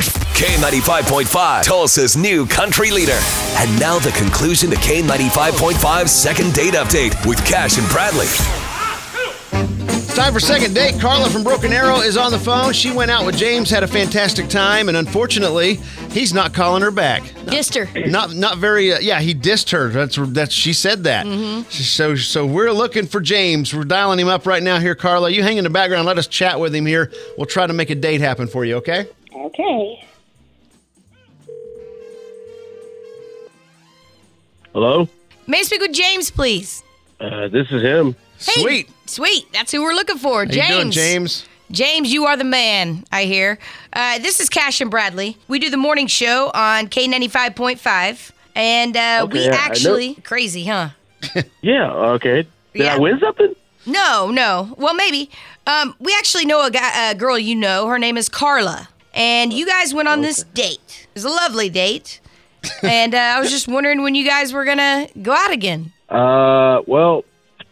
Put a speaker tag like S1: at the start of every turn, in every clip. S1: K95.5, Tulsa's new country leader. And now the conclusion to K95.5's second date update with Cash and Bradley.
S2: It's time for second date. Carla from Broken Arrow is on the phone. She went out with James, had a fantastic time, and unfortunately, he's not calling her back.
S3: Dissed her.
S2: Not not very. Uh, yeah, he dissed her. That's that's she said that.
S3: Mm-hmm.
S2: So so we're looking for James. We're dialing him up right now. Here, Carla, you hang in the background. Let us chat with him here. We'll try to make a date happen for you. Okay.
S4: Okay.
S5: Hello?
S3: May I speak with James, please?
S5: Uh, this is him.
S3: Hey,
S2: Sweet.
S3: Sweet. That's who we're looking for.
S2: How
S3: James.
S2: you doing, James?
S3: James, you are the man, I hear. Uh, this is Cash and Bradley. We do the morning show on K95.5. And uh, we
S5: Okay, I- I know-
S3: actually, crazy, huh?
S5: Yeah, okay. Did
S3: Yeah.
S5: I win something?
S3: No, no. Well, maybe. Um, we actually know a, guy, a girl you know. Her name is Carla. And you guys went on this date. It was a lovely date. and uh, I was just wondering when you guys were going to go out again.
S5: Uh, well,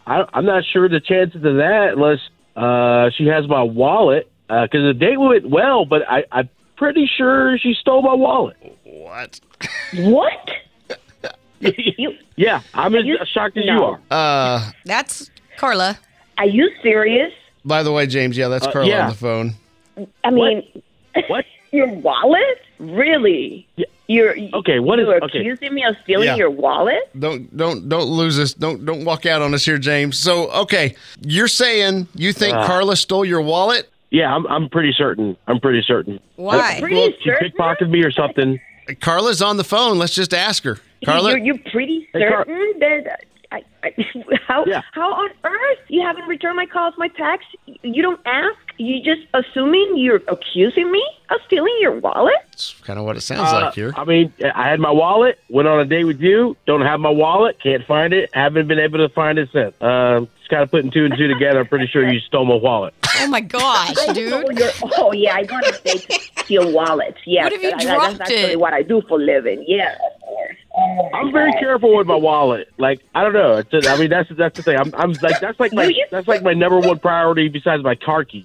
S5: I, I'm not sure the chances of that unless uh, she has my wallet. Because the date went well, but I, I'm pretty sure she stole my wallet.
S2: What?
S4: What?
S5: Yeah, I'm as
S4: you-
S5: shocked as you
S4: no.
S5: are.
S2: Uh,
S3: That's Carla.
S4: Are you serious?
S2: by the way, James, yeah, that's
S5: Uh,
S2: Carla
S5: yeah.
S2: on the phone.
S4: I mean,
S5: What?
S4: your wallet? Really? You're
S5: Okay, what is-
S4: you're
S5: okay.
S4: accusing me of stealing
S2: Yeah.
S4: your wallet?
S2: Don't don't don't lose us. Don't don't walk out on us here, James. So okay, you're saying you think Carla stole your wallet?
S5: Yeah, I'm, I'm pretty certain. I'm pretty certain.
S3: Why?
S5: Well,
S4: Pretty
S5: she
S4: certain?
S5: pickpocketed me or something.
S2: Carla's on the phone. Let's just ask her. Carla,
S4: you're, you're pretty
S5: Hey, Car-
S4: certain that. I, I, how
S5: Yeah.
S4: how on earth you haven't returned my calls, my texts? You don't ask. You just assuming you're accusing me of stealing your wallet.
S2: that's kind of what it sounds
S5: Uh,
S2: like here.
S5: I mean, I had my wallet, went on a date with you, don't have my wallet, can't find it, haven't been able to find it since. Uh, just kind of putting two and two together. I'm pretty sure you stole my wallet.
S3: Oh my gosh,
S4: Oh,
S3: dude.
S4: you're, oh yeah, I got to say to steal wallets. Yeah,
S3: What if you
S4: that-
S3: dropped
S4: that's actually
S3: it?
S4: what I do for living. Yeah, of course. Oh, my
S5: I'm very
S4: God.
S5: careful with my wallet. Like, I don't know. It's just, I mean, that's that's the thing. I'm, I'm like that's like my
S4: Do you-
S5: that's like my number one priority besides my car keys.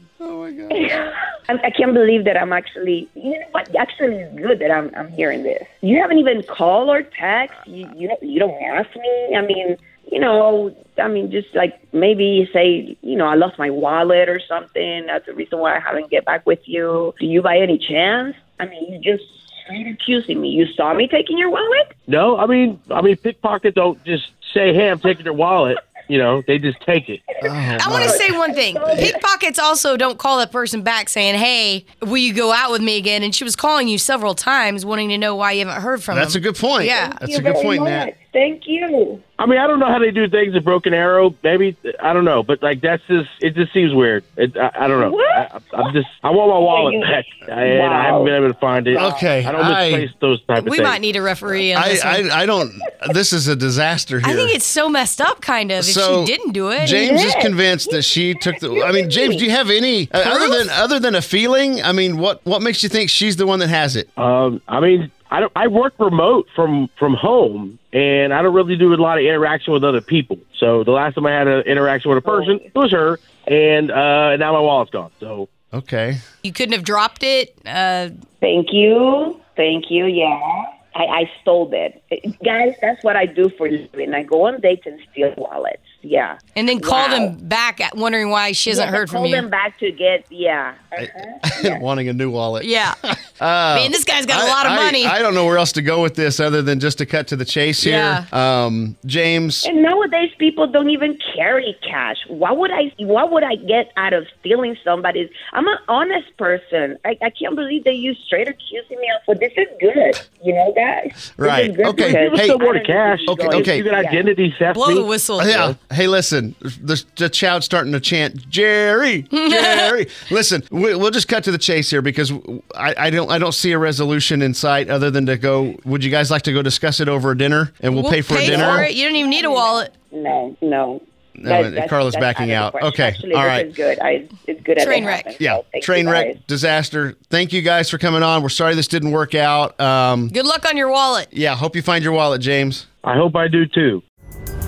S4: I, I can't believe that I'm actually, you know what? Actually, it's good that I'm I'm hearing this. You haven't even called or text. You you don't, you don't ask me. I mean, you know, I mean, just like maybe say, you know, I lost my wallet or something. That's the reason why I haven't get back with you. Do you by any chance? I mean, you just straight accusing me. You saw me taking your wallet.
S5: No, I mean, I mean, pickpocket don't just say, "Hey, I'm taking your wallet." You know, they just take it.
S3: I want to say one thing. Pickpockets also don't call that person back saying, "Hey, will you go out with me again?" And she was calling you several times, wanting to know why you haven't heard from
S2: That's a
S3: him.
S2: good point.
S3: Yeah.
S2: that's
S4: Thank
S2: a
S4: you
S2: good
S4: very
S2: point,
S4: much.
S2: Nat.
S4: Thank you.
S5: I mean, I don't know how they do things at Broken Arrow. Maybe I don't know, but like that's just it. Just seems weird. It, I, I don't know. I,
S4: What?
S5: I'm just I want my wallet
S4: you-
S5: back, and I haven't been able to find it.
S2: Okay,
S5: I don't
S2: I-
S5: misplace those type of
S3: we
S5: things.
S3: might need a referee on
S2: I,
S3: this one.
S2: I I don't. This is a disaster
S3: I,
S2: here.
S3: think it's so messed up, kind of.
S2: So,
S3: if she didn't do it,
S2: James is
S4: Yes.
S2: convinced that she took the. I mean, James, do you have any uh, other than other than a feeling? I mean, what what makes you think she's the one that has it?
S5: Um, I mean, I don't. I work remote from from home, and I don't really do a lot of interaction with other people. So the last time I had an interaction with a person, it was her, and uh, now my wallet's gone. So
S2: Okay,
S3: you couldn't have dropped it. Uh,
S4: Thank you. Thank you. Yeah. I, I stole it. Guys, that's what I do for a living. I go on dates and steal wallets. Yeah.
S3: and then call
S4: Wow.
S3: them back, at- wondering why she hasn't
S4: Yeah,
S3: heard from
S4: call
S3: you.
S4: them back to get, yeah.
S2: wanting a new wallet.
S3: Yeah. Man, this guy's got a lot of
S2: I- I-
S3: money.
S2: I, don't know where else to go with this other than just to cut to the chase here. Um, James,
S4: And nowadays, people don't even carry cash. Why would I? What would I get out of stealing somebody's? I'm an honest person. I, I can't believe that you straight accusing me of. Well, this is good. You know, guys.
S2: Right. Okay.
S5: Give us
S2: Hey.
S5: the word of cash.
S2: Okay,
S5: If
S2: okay.
S5: You can identity theft
S6: Blow
S5: me.
S6: the whistle.
S2: uh, Yeah. Hey, listen, the, the child's starting to chant, Jerry, Jerry. listen, we, we'll just cut to the chase here because I, I don't I don't see a resolution in sight other than to go. Would you guys like to go discuss it over a dinner and we'll,
S3: We'll
S2: pay for a dinner?
S3: it. You don't even need a wallet.
S4: No, no.
S2: and Carla's backing
S4: of the
S2: out.
S4: question.
S2: Okay,
S4: Actually,
S2: all
S4: this
S2: right.
S4: is good. I, it's good at
S3: Train
S4: it
S3: wreck.
S4: happened,
S2: Yeah,
S4: so thank you
S2: train wreck,
S4: guys.
S2: disaster. Thank you guys for coming on. We're sorry this didn't work out. Um,
S3: Good luck on your wallet.
S2: yeah, hope you find your wallet, James.
S5: I hope I do too.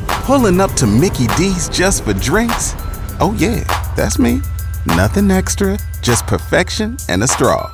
S7: Pulling up to Mickey D's just for drinks? Oh, yeah, that's me. Nothing extra, just perfection and a straw.